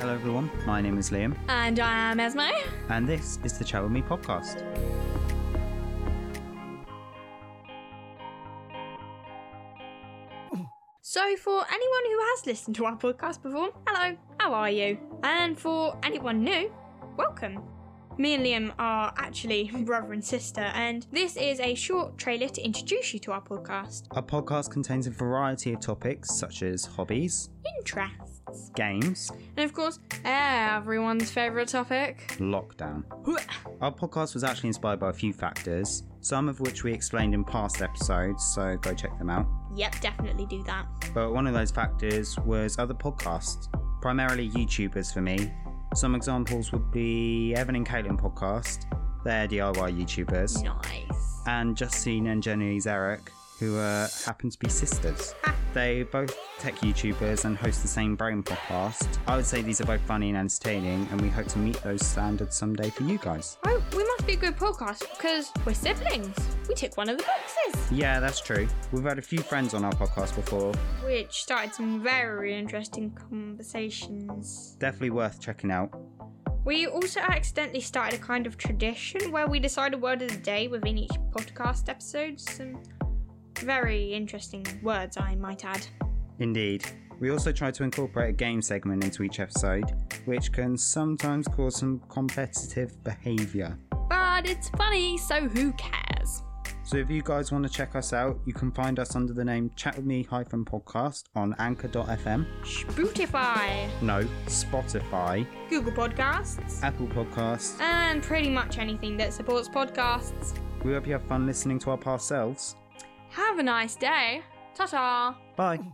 Hello, everyone. My name is Liam, And I'm Esme. and this is the Chat With Me podcast. So, for anyone who has listened to our podcast before, hello, how are you? And for anyone new, welcome. Me and Liam are actually brother and sister, and this is a short trailer to introduce you to our podcast. Our podcast contains a variety of topics such as hobbies, Interests. games, And of course, eh, everyone's favourite topic. lockdown. Our podcast was actually inspired by a few factors, some of which we explained in past episodes, so go check them out. Yep, definitely do that. But one of those factors was other podcasts, primarily YouTubers for me. Some examples would be Evan and Caitlin podcast, they're DIY YouTubers, Nice. and Justine and Jenny's Eric, who uh, happen to be sisters. They both tech YouTubers and host the same brain podcast. I would say these are both funny and entertaining, and we hope to meet those standards someday for you guys. Oh, we must be a good podcast because we're siblings. We tick one of the boxes, Yeah, that's true. We've had a few friends on our podcast before. which started some very interesting conversations. Definitely worth checking out. We also accidentally started a kind of tradition where we decide a word of the day within each podcast episode. Some very interesting words, I might add. Indeed. We also try to incorporate a game segment into each episode, which can sometimes cause some competitive behaviour. But it's funny, so who cares? So if you guys want to check us out, you can find us under the name Chat With Me hyphen podcast on anchor.fm. Spotify, No, Spotify, Google Podcasts, Apple Podcasts. and pretty much anything that supports podcasts. We hope you have fun listening to our past selves. Have a nice day. Ta ta. Bye.